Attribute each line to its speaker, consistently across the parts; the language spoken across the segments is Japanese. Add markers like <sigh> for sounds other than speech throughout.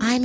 Speaker 1: I'm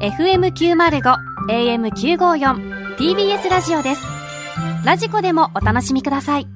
Speaker 2: FM905 AM954 TBS ラジオですラジコでもお楽しみください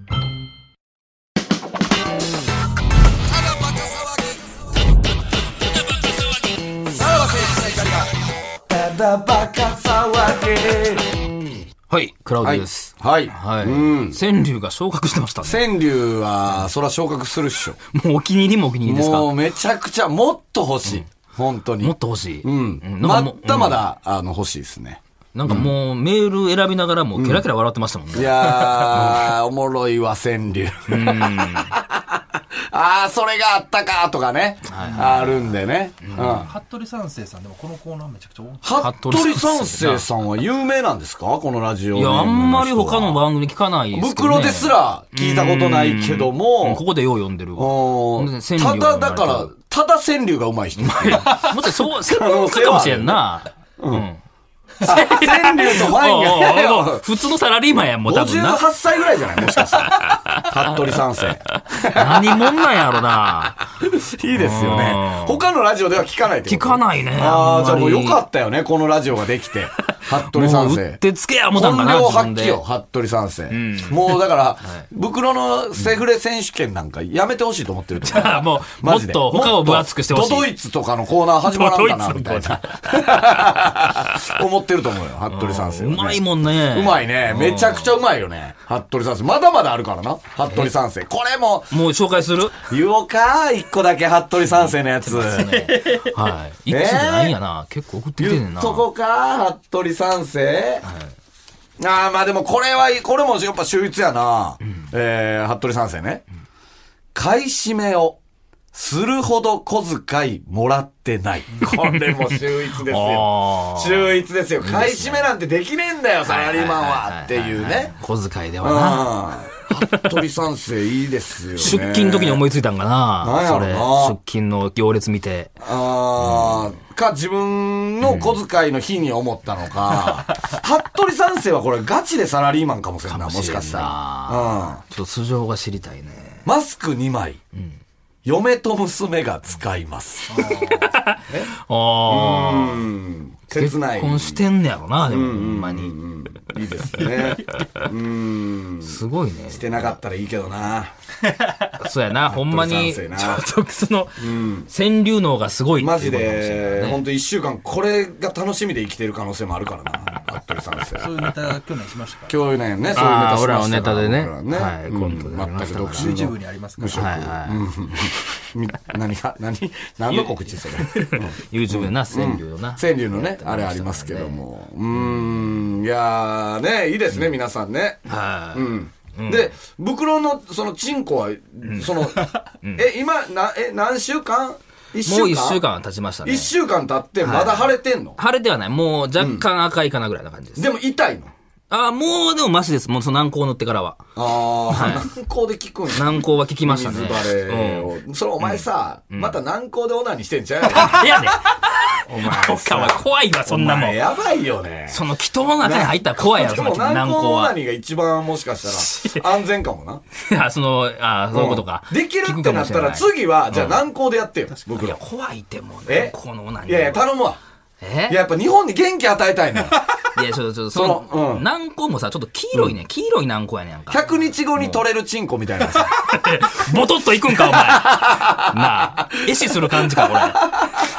Speaker 3: はい、クラウド
Speaker 4: はい
Speaker 3: です。。
Speaker 4: はい。
Speaker 3: はい。
Speaker 4: うん。
Speaker 3: 川柳が昇格してましたね。
Speaker 4: 川柳は、そら昇格するっしょ。
Speaker 3: もうお気に入りもお気に入りですか
Speaker 4: もう
Speaker 3: も
Speaker 4: めちゃくちゃ、もっと欲しい。本当に。
Speaker 3: っと欲しい。う
Speaker 4: うん。
Speaker 3: な
Speaker 4: ま
Speaker 3: んかも
Speaker 4: っ
Speaker 3: う
Speaker 4: たまだ、あの、欲しいですね。
Speaker 3: うんなんかもうメール選びながらもうケラケラ笑ってましたもん
Speaker 4: い
Speaker 3: ね。 <laughs>
Speaker 4: やー、おもろいわ、川柳。 <laughs> あー、それがあったか、とかね。あるんでね。うん。
Speaker 5: 服部三世さんでもこのコーナーめちゃくちゃ多い
Speaker 4: 服部三世さんは有名なんですかこのラジオ
Speaker 3: い
Speaker 4: ネームの
Speaker 3: や、あ
Speaker 4: 人は。
Speaker 3: んまり他の番組聞かないですけどね。
Speaker 4: 袋ですら聞いたことないけど
Speaker 3: うん
Speaker 4: も、
Speaker 3: ここでよう読んでるわ。
Speaker 4: お
Speaker 3: ね
Speaker 4: ー
Speaker 3: 川柳
Speaker 4: た
Speaker 3: は
Speaker 4: だ、だから、ただ川柳がうまい人。
Speaker 3: もしそう、専門家かもしれんな。うん。
Speaker 4: 川柳とワイン
Speaker 3: おうおうおう
Speaker 4: がいやいや。
Speaker 3: 普通のサラリーマンやん、もう多分な。
Speaker 4: 58歳ぐらいじゃないもしかして。服部三世。
Speaker 3: 何もんなんやろな。
Speaker 4: <laughs> いいですよね
Speaker 3: う。ん
Speaker 4: 他のラジオでは聞かないってこ
Speaker 3: 聞
Speaker 4: と
Speaker 3: かないね。
Speaker 4: ああ、じゃあもうよか
Speaker 3: っ
Speaker 4: ったよね、このラジオができて。
Speaker 3: <laughs>
Speaker 4: 服部
Speaker 3: も
Speaker 4: 三
Speaker 3: う、うっ
Speaker 4: 世。
Speaker 3: てつけや、もうたんか
Speaker 4: 本
Speaker 3: な、
Speaker 4: 領
Speaker 3: 自
Speaker 4: 発
Speaker 3: 分
Speaker 4: 揮
Speaker 3: で
Speaker 4: よ、。服部三世。もうだ
Speaker 3: <laughs>
Speaker 4: から、袋のセフレ選手権なんかやめてほしいと思ってると思う
Speaker 3: <laughs> もう、も
Speaker 4: マ
Speaker 3: っ
Speaker 4: ジで。
Speaker 3: と他を分厚くしてほしい。
Speaker 4: ドドイツとかのコーナー始まらんかな、
Speaker 3: ドド
Speaker 4: み
Speaker 3: イツの
Speaker 4: たいな。 <laughs> 思ってると思うよ、服部三世はね。
Speaker 3: うまいもんね。
Speaker 4: うまいね。めちゃくちゃうまいよね。服部三世。まだまだあるからな。服部三世。これも、
Speaker 3: もう紹介する
Speaker 4: 言おうか。一個だけ服部三世のやつ。
Speaker 3: はい。いくつじゃないんやな。結構送ってきてんねん
Speaker 4: 言
Speaker 3: な。
Speaker 4: っとこか。服部三世。ああ、まあでもこれは、これもやっぱ秀逸やな。えー、服部三世ね。買い占めを。するほど小遣いもらってない。これも秀逸ですよ <laughs>
Speaker 3: あ。ー
Speaker 4: 秀逸ですよ。買い占めなんてできねえんだよ、サラリーマンは。っていうね。
Speaker 3: 小遣いではな。
Speaker 4: うん。服部三世いいですよね。
Speaker 3: 出勤時に思いついたんかな。
Speaker 4: なん
Speaker 3: そ
Speaker 4: や
Speaker 3: れ。
Speaker 4: ろな
Speaker 3: 出勤の行列見て。
Speaker 4: あーか、自分の小遣いの日に思ったのか。服部三世はこれガチでサラリーマンかもしれんな、もしかしたら。
Speaker 3: ちょっと素性が知りたいね。
Speaker 4: うん。マスク2枚。嫁と娘が使います。
Speaker 3: ああ。
Speaker 4: 切ない。
Speaker 3: 結婚してんねやろな、でも、ほんまに。
Speaker 4: いいですね。うん。
Speaker 3: すごいね
Speaker 4: し。てなかったらいいけどな。
Speaker 3: そうやな、ほんまに、ちょ
Speaker 4: 服部三世な
Speaker 3: っとその、川柳能がすごいっていう
Speaker 4: マ
Speaker 3: こと
Speaker 4: ジ
Speaker 3: かもしれない
Speaker 4: で、
Speaker 3: ね
Speaker 4: ほんと1週間、これが楽しみで生きてる可能性もあるからな。服部三世。
Speaker 5: そういうネタ去年しましたから
Speaker 4: 今日ね、ね、そういうネ
Speaker 3: あ
Speaker 4: タしまし
Speaker 3: ー
Speaker 4: たから
Speaker 3: 俺ら
Speaker 4: 僕
Speaker 3: の
Speaker 4: ら
Speaker 3: ネタでねはい
Speaker 4: うん
Speaker 3: コントでやりま
Speaker 4: 全
Speaker 3: し
Speaker 4: く
Speaker 3: たから
Speaker 4: 独身
Speaker 5: YouTube に
Speaker 4: の。
Speaker 5: ありますから
Speaker 3: はいはい。
Speaker 4: み何が、何、何の告知それ。うん
Speaker 3: YouTube でな、川柳のな。
Speaker 4: 川柳のね、あれありますけども。うーん、いやーね、いいですね、皆さんね。
Speaker 3: はい。
Speaker 4: うんで、袋の、その、チンコは、そ
Speaker 3: <laughs>
Speaker 4: の、え、今、な、え、何週間一週間
Speaker 3: もう一週間は経ちましたね
Speaker 4: 一。週間経って、まだ腫れてんの
Speaker 3: 晴れてはない。もう若干赤いかなぐらいな感じです。
Speaker 4: でも痛いの
Speaker 3: ああ、もうでもマシです。もうその軟膏塗ってからは。
Speaker 4: あー、軟膏で効くんや。
Speaker 3: 軟膏は効きましたね。
Speaker 4: 水バレ
Speaker 3: うん。
Speaker 4: を。それお前さ、また軟膏でオナニーしてんちゃうやろ
Speaker 3: いやね、
Speaker 4: お前
Speaker 3: とかは怖いわ、 <laughs> そんなも
Speaker 4: お前
Speaker 3: ん。
Speaker 4: やばいよね。
Speaker 3: その祈祷の中に入ったら怖いやろ、
Speaker 4: で
Speaker 3: その
Speaker 4: も
Speaker 3: 軟
Speaker 4: 軟
Speaker 3: 膏
Speaker 4: 膏オナ
Speaker 3: は。
Speaker 4: ニーが一番もしかした
Speaker 3: <laughs>
Speaker 4: ら安全かもな。
Speaker 3: いや、 <laughs> その、ああ、そういうことか。
Speaker 4: できる
Speaker 3: 効
Speaker 4: っ
Speaker 3: く
Speaker 4: て
Speaker 3: か
Speaker 4: な
Speaker 3: も
Speaker 4: っ
Speaker 3: したれ
Speaker 4: ら
Speaker 3: い
Speaker 4: 次は、じゃあ軟膏でやってよ、僕
Speaker 3: いや、
Speaker 4: ら。
Speaker 3: 怖いってもう
Speaker 4: え
Speaker 3: ね、この何
Speaker 4: いやいや、頼むわ。
Speaker 3: え
Speaker 4: いや、やっぱ日本に元気与えたい
Speaker 3: <laughs>
Speaker 4: のよ。
Speaker 3: いや、ちょっと、ちょっ
Speaker 4: そ
Speaker 3: と、そ
Speaker 4: の
Speaker 3: の
Speaker 4: う、ん
Speaker 3: 軟膏もさ、ちょっと黄色いね、黄色い軟膏やねんか。
Speaker 4: 100日後に取れるチンコみたいなさ。
Speaker 3: ボトッといくん
Speaker 4: <laughs>
Speaker 3: か、お前。なあ、壊死する感じか、こ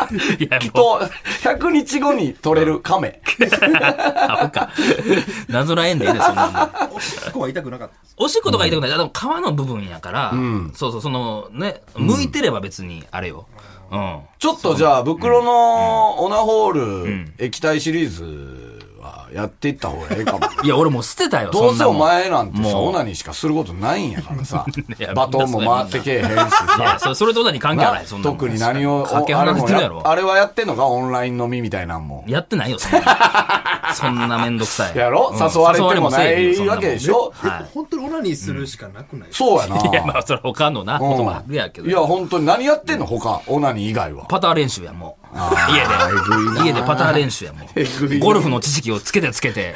Speaker 4: <laughs>
Speaker 3: れ。いや、もう
Speaker 4: と、100日後に取れる亀。
Speaker 3: あ、ほか。なぞらえんでいいね、そんなもん。
Speaker 5: おしっこは痛くなかったです
Speaker 3: おしっことか言いたくない。あでも皮の部分やから、そうそう、そのね、剥いてれば別に、あれよ。うん。
Speaker 4: ちょっとじゃあ、袋のオナホール液体シリーズはやっていった方がええか
Speaker 3: <laughs>
Speaker 4: も。
Speaker 3: いや、俺もう捨てたよ、
Speaker 4: ど
Speaker 3: そうう
Speaker 4: せ
Speaker 3: なも
Speaker 4: お
Speaker 3: ん。
Speaker 4: 前なんてさ、
Speaker 3: もう
Speaker 4: オナニーしかすることないんやからさ
Speaker 3: <laughs> いや、
Speaker 4: バトンも回ってけえへんしさ
Speaker 3: い。や、それそれと何関係はない、そんなもん。
Speaker 4: 特に何を、
Speaker 3: かけ
Speaker 4: あれ
Speaker 3: 離れ
Speaker 4: も
Speaker 3: てるや
Speaker 4: や
Speaker 3: ろ。
Speaker 4: あれはやってんのかオンライン飲みみたいなんも。
Speaker 3: やってないよ、そんなの。
Speaker 4: <laughs>
Speaker 3: そんなめんどくさい。
Speaker 4: やろ
Speaker 3: うん
Speaker 4: 誘われてもない
Speaker 3: 誘われもせえへんよそんもん
Speaker 4: わけでしょ
Speaker 3: はい
Speaker 5: 本当にオナニーするしかなくない、
Speaker 4: そうやな。
Speaker 3: いや、まあ、それ他のな、
Speaker 4: うん
Speaker 3: こともあるやけど。
Speaker 4: いや、本当に何やってんの他、オナニー以外は。
Speaker 3: パター練習や、もう。家で。家でパター練習や、も。
Speaker 4: えぐいうな
Speaker 3: ゴルフの知識をつけてつけて、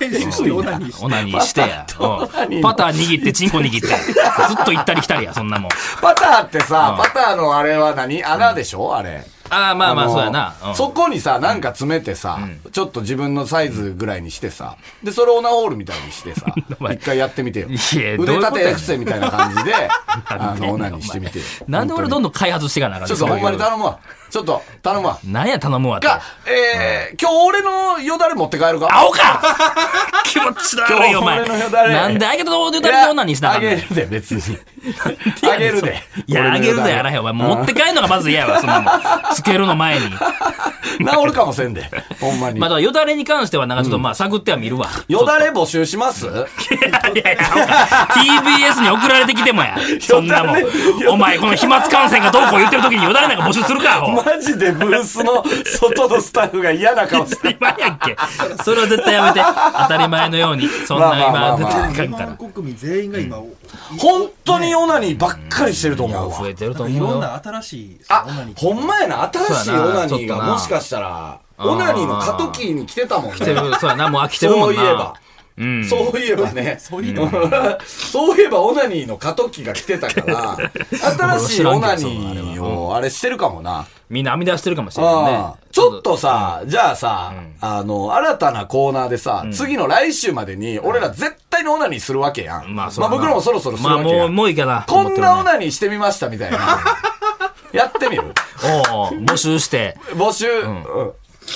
Speaker 5: 練 <laughs> 習してオナニーして
Speaker 3: オナニーし
Speaker 4: <laughs>
Speaker 3: てや。うんパター握って、チンコ握って。ずっと行ったり来たりや、そんなもん。
Speaker 4: パターってさ、パターのあれは何穴でしょあれ。
Speaker 3: ああ、まあまあ、
Speaker 4: の
Speaker 3: そうやな。うん
Speaker 4: そこにさ、なんか詰めてさ、ちょっと自分のサイズぐらいにしてさ、で、それをオナホールみたいに
Speaker 3: <laughs>
Speaker 4: してさ、
Speaker 3: 前
Speaker 4: 一回やってみてよ。
Speaker 3: いやどう
Speaker 4: 腕
Speaker 3: いうことや
Speaker 4: 立て
Speaker 3: ねん
Speaker 4: エクセみたいな感じで、あ
Speaker 3: <laughs> なんでやねん
Speaker 4: の、オナにしてみてよ。
Speaker 3: なんで俺どん
Speaker 4: ん
Speaker 3: どん開発していかなあかん
Speaker 4: ちょっとほんまに頼
Speaker 3: む。
Speaker 4: むわ。ちょっと、頼むわ。
Speaker 3: なんや頼むわって。
Speaker 4: か、えー、今日俺のよだれ持って帰るか
Speaker 3: 青か <laughs> 気持ちだ悪いよ、お前。
Speaker 4: 今日俺のよだれ
Speaker 3: なんであげたと
Speaker 4: い
Speaker 3: 誰
Speaker 4: や
Speaker 3: で女にした
Speaker 4: あげ
Speaker 3: ねん
Speaker 4: るで、別に。あげるで。
Speaker 3: いや、あげるでやらへん。お前、持って帰るのがまず嫌やわ、そんなもん。つけるの前に。
Speaker 4: 治るかもせんで。ほんまに
Speaker 3: まあ、。だからよだれに関しては、なんかちょっと、まあ、探っては見るわ。
Speaker 4: よだれ募集します
Speaker 3: いやいや、TBS に送られてきてもや。そんなもん
Speaker 4: よだれ。
Speaker 3: お前、この飛沫感染がどうこう言ってる時によだれなんか募集するか、お
Speaker 4: マジでブースの外のスタッフが嫌な顔して
Speaker 3: 前やっけ。それは絶対やめて。当たり前のように。そんな
Speaker 4: まあまあ
Speaker 3: 今、
Speaker 4: まあまあ
Speaker 3: 出ていかん
Speaker 5: 今
Speaker 3: か
Speaker 5: の
Speaker 3: ら。
Speaker 5: 国民全員が今、
Speaker 4: 本当にオナニーばっかりしてると思う
Speaker 3: 増
Speaker 4: わ
Speaker 3: え。てる
Speaker 5: な
Speaker 3: と
Speaker 5: んかいろ
Speaker 3: 思
Speaker 5: ん
Speaker 3: うよ。
Speaker 5: な新しいそのオナ
Speaker 4: あ
Speaker 5: ニー、
Speaker 4: ほんまやな、新しい
Speaker 3: そう
Speaker 4: オ
Speaker 3: やな
Speaker 4: ナニー
Speaker 3: ちょっ
Speaker 4: が
Speaker 3: とな
Speaker 4: もしかしたら、
Speaker 3: うん
Speaker 4: オナニーの過渡期に来てたもんね。
Speaker 3: 来てる、そうやな、もう飽きてるも
Speaker 4: そうんいえ
Speaker 3: な。
Speaker 4: ば。
Speaker 3: うん。
Speaker 4: そういえばね。
Speaker 5: そういうの
Speaker 4: そういえばオナニーの過渡期が来てたから、新
Speaker 3: <laughs>
Speaker 4: しいオナニーをあれしてるかもな。
Speaker 3: みんな編み出してるかもしれないね
Speaker 4: ああ。ちょっとさ、じゃあさ、あの、新たなコーナーでさ、次の来週までに、俺ら絶対にオナニーするわけやん。
Speaker 3: まあ、そう
Speaker 4: まあ
Speaker 3: やな
Speaker 4: 僕らもそろそろする
Speaker 3: まあ、
Speaker 4: わけ
Speaker 3: も
Speaker 4: や
Speaker 3: う、
Speaker 4: ん。
Speaker 3: もういいかな。
Speaker 4: こんなオ
Speaker 3: い。
Speaker 4: ナニーしてみましたみたいな。やってみる
Speaker 3: おうおう募集して。
Speaker 4: 募集、
Speaker 3: ん
Speaker 4: うん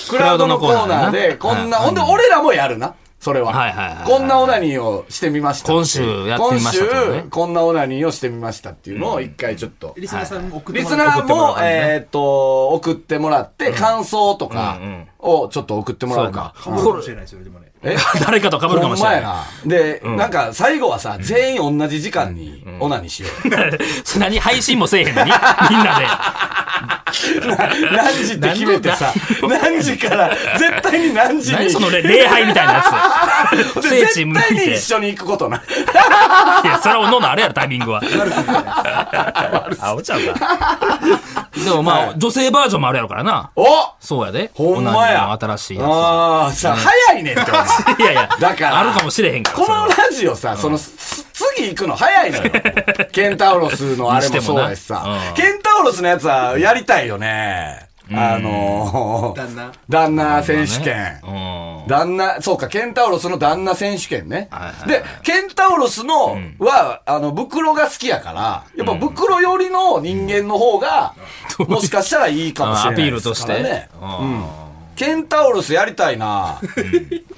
Speaker 4: クラウドのコーナーで、
Speaker 3: ク
Speaker 4: こ
Speaker 3: ラウドのコーナーなん
Speaker 4: な、
Speaker 3: はい
Speaker 4: ほんで俺らもやるな。それは。
Speaker 3: はいはいはいはい
Speaker 4: こんなオナニーをしてみました。
Speaker 3: 今週やってみましたっていうね
Speaker 4: 今週、こんなオナニーをしてみましたっていうのを一回ちょっと。
Speaker 5: リスナーさんも送って
Speaker 4: リ
Speaker 5: も
Speaker 4: ス
Speaker 5: ら
Speaker 4: ナ
Speaker 5: って
Speaker 4: ーも、えーっと、送ってもらって、感想とか
Speaker 3: うんうん
Speaker 4: をちょっと送ってもらうか。
Speaker 5: かぶるかもしれないですよでもね
Speaker 3: <laughs>
Speaker 4: え
Speaker 3: 誰かと被るか
Speaker 4: ほ
Speaker 3: も
Speaker 4: ん
Speaker 3: し
Speaker 4: ま
Speaker 3: れ
Speaker 4: や
Speaker 3: ない。
Speaker 4: な。で、なんか最後はさ、全員同じ時間にオナニーしよう。 <laughs>
Speaker 3: そんなに配信もせえへんのに、みんなで。
Speaker 4: 何時って決めてさ、何時から、絶対に何 <laughs> 時
Speaker 3: 何
Speaker 4: に
Speaker 3: そ。の礼礼拝みたいなや
Speaker 4: で
Speaker 3: つ。聖地
Speaker 4: 絶
Speaker 3: 向い
Speaker 4: 対
Speaker 3: て。い
Speaker 4: に一緒に行くことな。
Speaker 3: や、それはおのおのあれやろ、タイミングは。あ、おちゃうか。でもまあ、女性バージョンもあるやろからな。
Speaker 4: お
Speaker 3: そうやで。
Speaker 4: ほんまや。
Speaker 3: オナニーの新しいや
Speaker 4: ああ、さ、早いねん
Speaker 3: <laughs>
Speaker 4: って思う。
Speaker 3: つ。いやいや、
Speaker 4: だから
Speaker 3: あるかもしれへんから。
Speaker 4: こ
Speaker 3: それ
Speaker 4: の
Speaker 3: は
Speaker 4: ラジオさ、その、す次行くの早い
Speaker 3: <laughs>
Speaker 4: のよ。ケンタウロスのあれもそうです
Speaker 3: にしても
Speaker 4: さ
Speaker 3: なう。ん
Speaker 4: ケンタウロスのやつはやりたいよね。あのー、
Speaker 5: 旦那
Speaker 4: 旦那選手権。
Speaker 3: うん。
Speaker 4: 旦那、そうか、ケンタウロスの旦那選手権ね
Speaker 3: はいはい。はい
Speaker 4: で、ケンタウロスのは、あの、袋が好きやから、やっぱ袋寄りの人間の方が、もしかしたらいいかもしれ
Speaker 3: ア
Speaker 4: ない
Speaker 3: ピール
Speaker 4: で
Speaker 3: と
Speaker 4: す
Speaker 3: し
Speaker 4: から
Speaker 3: て
Speaker 4: ね。。
Speaker 3: うん。 <laughs>
Speaker 4: ケンタウロスやりたいな。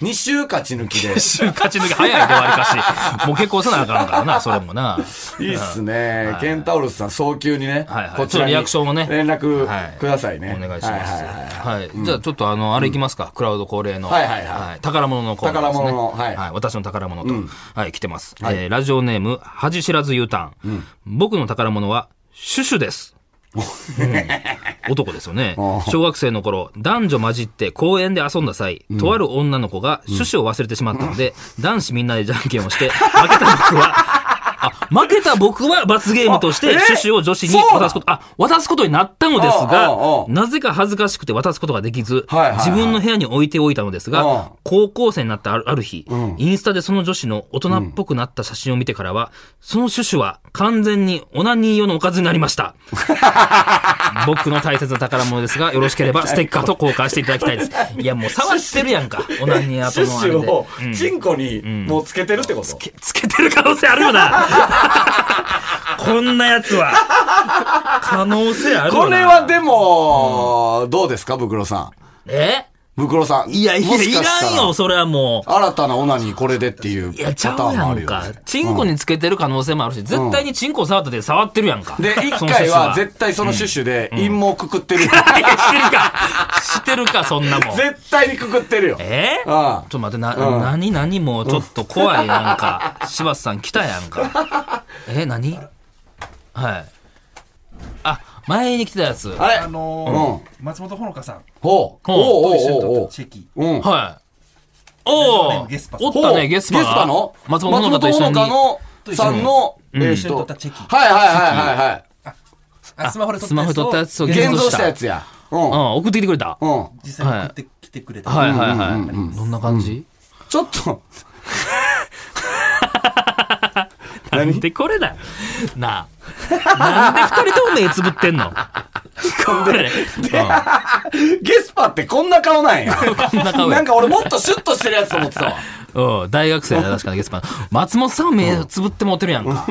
Speaker 4: 2週勝ち抜
Speaker 3: <laughs>
Speaker 4: きで。
Speaker 3: 勝ち抜き早いでわりかし。もう結構せなあかんからな、それもな。
Speaker 4: いいっすね。ケンタウロスさん、早急にね
Speaker 3: はいは。い
Speaker 4: こちらに
Speaker 3: ちょっとリアクションをね
Speaker 4: 連絡
Speaker 3: はい
Speaker 4: くださいね。
Speaker 3: お願いします。
Speaker 4: はははい
Speaker 3: はい。じゃあちょっとあの、あれいきますか。クラウド恒例の。
Speaker 4: はいはいはい
Speaker 3: 宝物のコーナーですね。
Speaker 4: 宝物のはい
Speaker 3: 私の宝物と。はい、来てます。えーラジオネーム、恥知らず U ターン。僕の宝物は、シュシュです。うん男です
Speaker 4: <laughs>
Speaker 3: よね。小学生の頃、男女混じって公園で遊んだ際、とある女の子が趣旨を忘れてしまったので、男子みんなでじゃんけんをして、負けた僕は、 <laughs> あ、負けた僕は罰ゲームとして、
Speaker 4: あえ
Speaker 3: 趣旨を女子に
Speaker 4: そうな
Speaker 3: 渡
Speaker 4: ん
Speaker 3: すこと、あ、渡すことになったのですが
Speaker 4: おうおうおう、
Speaker 3: なぜか恥ずかしくて渡すことができず、
Speaker 4: はいはいはい
Speaker 3: 自分の部屋に置いておいたのです
Speaker 4: うん
Speaker 3: が、高校生になったあるある日、インスタでその女子の大人っぽくなった写真を見てからは、その趣旨は完全にオナニー用のおかずになり
Speaker 4: <laughs>
Speaker 3: ました。僕の大切な宝物ですが、よろしければステッカーと交換していただきたいです。いや、もう触ってるやんか、オナニー
Speaker 4: シ
Speaker 3: 後
Speaker 4: ュッ
Speaker 3: のあ
Speaker 4: シ
Speaker 3: れで
Speaker 4: ュを。
Speaker 3: うん
Speaker 4: チンコにもうつけてるってこと
Speaker 3: けつけてる可能性ある
Speaker 4: <laughs>
Speaker 3: よな。こんなやつは。可能性あるよな。
Speaker 4: これはでも、どうですか、ブクロさん。
Speaker 3: え
Speaker 4: ブクロさん。
Speaker 3: いや、い
Speaker 4: も
Speaker 3: や、
Speaker 4: し
Speaker 3: い
Speaker 4: かした
Speaker 3: らんよ、それはもう。
Speaker 4: 新たなオナニーこれでっていう
Speaker 3: いや、
Speaker 4: パ
Speaker 3: ち
Speaker 4: タ
Speaker 3: ゃ
Speaker 4: ーンも
Speaker 3: うや
Speaker 4: ある
Speaker 3: ん
Speaker 4: よね
Speaker 3: か。。チンコにつけてる可能性もあるし、絶対にチンコ触ったで触ってるやんか。 <laughs>
Speaker 4: で、一
Speaker 3: その人
Speaker 4: 回は絶対そのシュッシュで陰謀くくってるよ。
Speaker 3: <laughs> いやしてるか。してるか、そんなもん。
Speaker 4: 絶対にくくってるよ。
Speaker 3: えー、ち
Speaker 4: あ
Speaker 3: ょ
Speaker 4: あ
Speaker 3: っと待って、な、
Speaker 4: うん
Speaker 3: なになにもうちょっと怖い、なんか。柴田さん来たやんか。
Speaker 4: <laughs>
Speaker 3: え、なにはい。あ、前に来てたやつ。
Speaker 4: あれ
Speaker 5: あ
Speaker 4: うん。
Speaker 5: のー松本穂香さん
Speaker 4: ほう。おう
Speaker 3: ほ
Speaker 4: お
Speaker 5: と一緒
Speaker 4: う
Speaker 5: に
Speaker 4: おう
Speaker 5: 撮
Speaker 4: お
Speaker 5: っ
Speaker 4: う
Speaker 5: たチェキ
Speaker 4: うん。
Speaker 3: はおお
Speaker 5: ゲスパさん
Speaker 3: おったね、ゲスパ
Speaker 4: ゲスパの
Speaker 3: 松本穂香と一緒に。
Speaker 4: のさんの、
Speaker 5: ん
Speaker 4: えー
Speaker 5: 一緒に撮
Speaker 4: と
Speaker 5: ったチェキ
Speaker 4: はいはいはいはいはい。
Speaker 5: あスマホで撮ったやつを
Speaker 3: スマホで撮ったやつを
Speaker 4: 現像したやつや。うん。
Speaker 3: う
Speaker 4: うん。
Speaker 3: ん、送ってきてくれた。はい
Speaker 5: 実際に送ってきてくれた。
Speaker 3: はいはい。どんな感じ
Speaker 4: ちょっ
Speaker 3: <laughs>
Speaker 4: と、
Speaker 3: なんでこれだよなあ。なんで二人とも目つぶってんのこれ。うん
Speaker 4: ゲスパってこんな顔なんや。
Speaker 3: <laughs> こんな顔
Speaker 4: な
Speaker 3: や
Speaker 4: んか俺もっとシュッとしてるやつと思ってたわ。
Speaker 3: うん、大学生だ、確かにゲスパ
Speaker 5: <laughs>
Speaker 3: ン。松本さんは目つぶって持ってるやんか。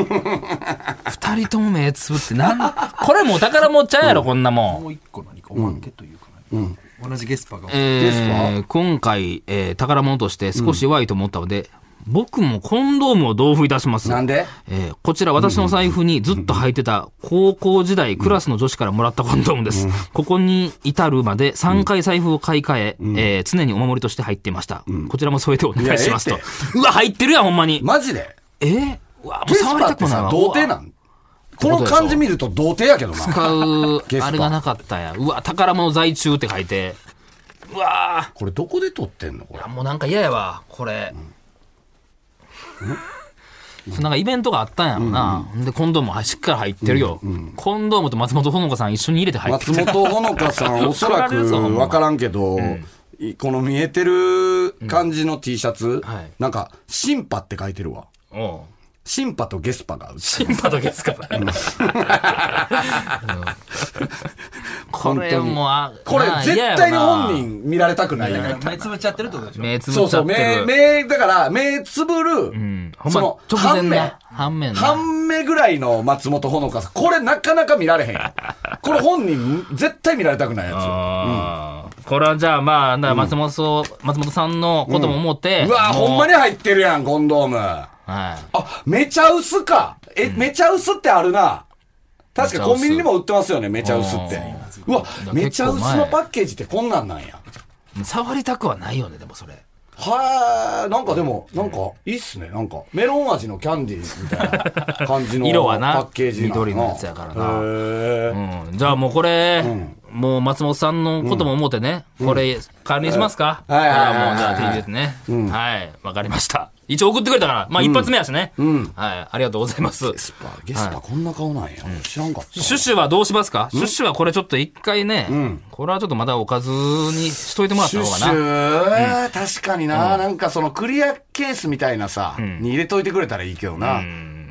Speaker 3: 二人とも目つぶって、なん、これもう宝物ちゃうやろ、こんなもん。
Speaker 5: もう一個何かおまけというか何か、同じゲスパが。
Speaker 3: えー、今回、えー宝物として少し弱いと思ったので、僕もコンドームを同封いたします。
Speaker 4: なんで
Speaker 3: えーこちら私の財布にずっと履いてた高校時代クラスの女子からもらったコンドームです。ここに至るまで3回財布を買い替え、えー常にお守りとして入っていました。こちらも添えてお願いします
Speaker 4: いや
Speaker 3: と
Speaker 4: え。
Speaker 3: うわ、入ってるやん、ほんまに。
Speaker 4: マジで
Speaker 3: えー、うわ、も
Speaker 4: ゲ
Speaker 3: う
Speaker 4: ス
Speaker 3: 触り
Speaker 4: パ
Speaker 3: た
Speaker 4: って
Speaker 3: くもない
Speaker 4: さ
Speaker 3: わ、。
Speaker 4: 童貞なんこ
Speaker 3: わ
Speaker 4: の感じ見ると童貞やけどな。
Speaker 3: 使う
Speaker 4: ゲス、パ
Speaker 3: あれがなかったんや。うわ、宝物在中って書いて。うわー。
Speaker 4: これどこで撮ってんのこれ
Speaker 3: あ。もうなんか嫌やわこれ、そうなんかイベントがあったんやろな、でコンドームはしっかり入ってるよ、コンドームと松本穂香さん一緒に入れて入って
Speaker 4: 松
Speaker 3: きた
Speaker 4: 本穂香さ
Speaker 3: <laughs>
Speaker 4: ん、おそらく分からんけど、いこの見えてる感じの T シャツ
Speaker 3: はい、
Speaker 4: なんか、シンパって書いてるわ。
Speaker 3: おう
Speaker 4: シンパとゲスパが写って
Speaker 3: シンパとゲスカパ、 <laughs> うんこれもうあ
Speaker 4: るこれ
Speaker 3: なあ
Speaker 4: 絶
Speaker 3: 嫌や
Speaker 4: 対に
Speaker 3: わな
Speaker 4: 本人見られたくないよね。
Speaker 5: 目つぶっちゃってるってことでしょ
Speaker 3: 目つぶ
Speaker 4: そ
Speaker 3: っ
Speaker 4: う
Speaker 3: ち
Speaker 4: そ
Speaker 3: ゃ
Speaker 4: う、
Speaker 3: ってる
Speaker 4: 目、目、だから、目つぶる、
Speaker 3: うんほん
Speaker 4: そ
Speaker 3: ま
Speaker 4: の、
Speaker 3: 直前
Speaker 4: 半目
Speaker 3: ね、半面ね
Speaker 4: 半目ぐらいの松本穂香さん。これなかなか見られへんよ。これ本人、絶対見られたくないや
Speaker 3: あーこれはじゃあまあだから松本そう、松本さんのことも思って、
Speaker 4: つ。うわ
Speaker 3: も
Speaker 4: ほんまに入ってるやん、コンドーム。
Speaker 3: はい
Speaker 4: あ、めちゃ薄か。え、めちゃ薄ってあるな。確かコンビニにも売ってますよね、めちゃ薄って。うわ、めちゃ薄のパッケージってこんなんなんや。
Speaker 3: 触りたくはないよねでもそれ
Speaker 4: はー、なんかでも、なんか、いいっすね、なんか。メロン味のキャンディーみたいな感じの
Speaker 3: 色はな
Speaker 4: パッケージん
Speaker 3: 緑のやつやからな
Speaker 4: へー
Speaker 3: うんじゃあもうこれ、もう松本さんのことも思ってね、これ、管理しますか、
Speaker 4: うんはいはいはいはい
Speaker 3: これもうじゃあ T ですね。はい、わかりました。一応送ってくれたから、まあ一発目やしね。はい、ありがとうございます。
Speaker 4: ゲスパ、ゲスパこんな顔なんや。知らんかった。
Speaker 3: シュシュはどうしますかシュシュはこれちょっと一回ね、これはちょっとまだおかずにしといてもらっ
Speaker 4: シ
Speaker 3: た
Speaker 4: ュッ
Speaker 3: 方
Speaker 4: シ
Speaker 3: がな。
Speaker 4: ュ、確かにな、なんかそのクリアケースみたいなさ、に入れといてくれたらいいけどな。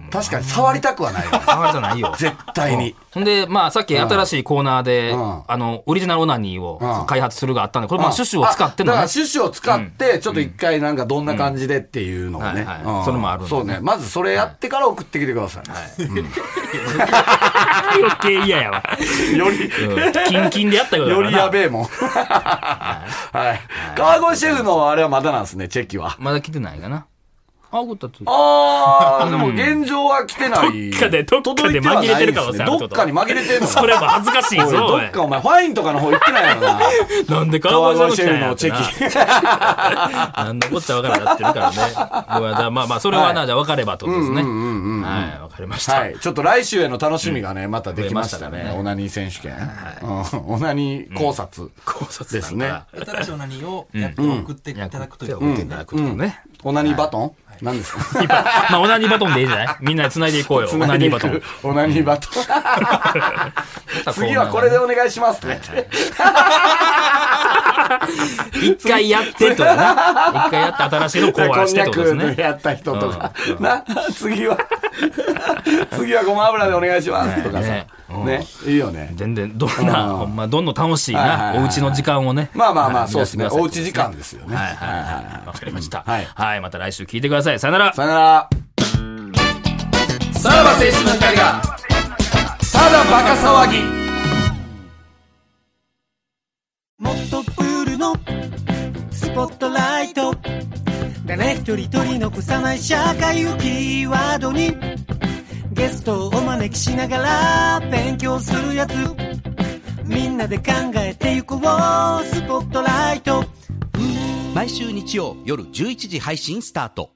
Speaker 4: 確かに触りたくは
Speaker 3: <laughs>
Speaker 4: ないよね。
Speaker 3: 触りじゃないよ。
Speaker 4: 絶対に。
Speaker 3: ほんで、まあ、さっき新しいコーナーで、
Speaker 4: ん
Speaker 3: あの、オリジナルオナニー
Speaker 4: う
Speaker 3: を
Speaker 4: ん
Speaker 3: 開発するがあったんで、これまあ、シュシュを使っての
Speaker 4: あだか
Speaker 3: ね
Speaker 4: ら、。シュシュを使って、ちょっと一回なんかどんな感じでっていうのをね。
Speaker 3: うんはいはい
Speaker 4: うん
Speaker 3: それもあるんだね
Speaker 4: そうね。まずそれやってから送ってきてください。
Speaker 3: 余計嫌やわ。
Speaker 4: より、
Speaker 3: キンキンでやったよだか
Speaker 4: よ
Speaker 3: ら
Speaker 4: り
Speaker 3: な
Speaker 4: やべえもん。 <laughs> はい。川越シェフのあれはまだなんですね、チェキは。
Speaker 3: まだ来てないかな。あ、怒った。
Speaker 4: あー、でも現状は来てない。
Speaker 3: どっかでどっかで
Speaker 4: 届いはないんすね
Speaker 3: 紛れてる可能性あるって
Speaker 4: ど
Speaker 3: こと
Speaker 4: っかに紛れてんのか
Speaker 3: それも恥ずかしい
Speaker 4: おい
Speaker 3: ぞ、
Speaker 4: ど
Speaker 3: おい
Speaker 4: っ。かお前、ファインとかの方行ってないの
Speaker 3: <laughs>
Speaker 4: かな。
Speaker 3: なんで川
Speaker 4: 川越シ
Speaker 3: 越シェ
Speaker 4: ェ
Speaker 3: フ
Speaker 4: フ
Speaker 3: の
Speaker 4: の
Speaker 3: チ
Speaker 4: チ
Speaker 3: ェキ
Speaker 4: ェキ。
Speaker 3: なんのこっちゃわからんなってるからね。ごめんじゃあまあまあ、それはな、じゃあ分かればってことですね。はい、わかりました。
Speaker 4: はい。ちょっと来週への楽しみがね、またできました
Speaker 3: 増えました
Speaker 4: ね。
Speaker 3: ね
Speaker 4: オナニー選手権。うんオナニー考察。
Speaker 3: 考察
Speaker 4: ですね
Speaker 5: 新しいオナニーをやっと送っていただくということで
Speaker 3: いただくとね。
Speaker 4: オナニーバトン何ですか
Speaker 3: まあ、オナニーバトンでいいじゃないみんなで繋いでいこうよ、オナニーバトン。。
Speaker 4: オナニーバトン。次はこれでお願いしますね。
Speaker 3: 一回やってとかな。一回やって新しいのを考
Speaker 4: <laughs> こ
Speaker 3: 案
Speaker 4: ん
Speaker 3: して
Speaker 4: に
Speaker 3: っ
Speaker 4: ゃ
Speaker 3: てことです
Speaker 4: く
Speaker 3: ね。
Speaker 4: やった人とか。な、次 <laughs> は、次はごま油でお願いしますとかさ
Speaker 3: ね。
Speaker 4: ね、いいよね。
Speaker 3: 全然、どんな、ほんま、どんどん楽しい
Speaker 4: はいはい
Speaker 3: な、
Speaker 4: はい
Speaker 3: おうちの時間をね。
Speaker 4: まあまあま
Speaker 3: は
Speaker 4: あ、
Speaker 3: い
Speaker 4: そうですね。おうち時。間
Speaker 3: 皆さん
Speaker 4: ですよね。
Speaker 3: はいはいはい。わかりました。
Speaker 4: はい
Speaker 3: はい。また来週聞いてください。さよなら。
Speaker 4: さよなら。さらば青春の光が、ただバカ騒ぎ。
Speaker 6: もっとプールのスポットライト誰一人取り残さない社会をキーワードにゲストをお招きしながら勉強するやつみんなで考えてゆこうスポットライト
Speaker 7: 毎週日曜夜11時配信スタート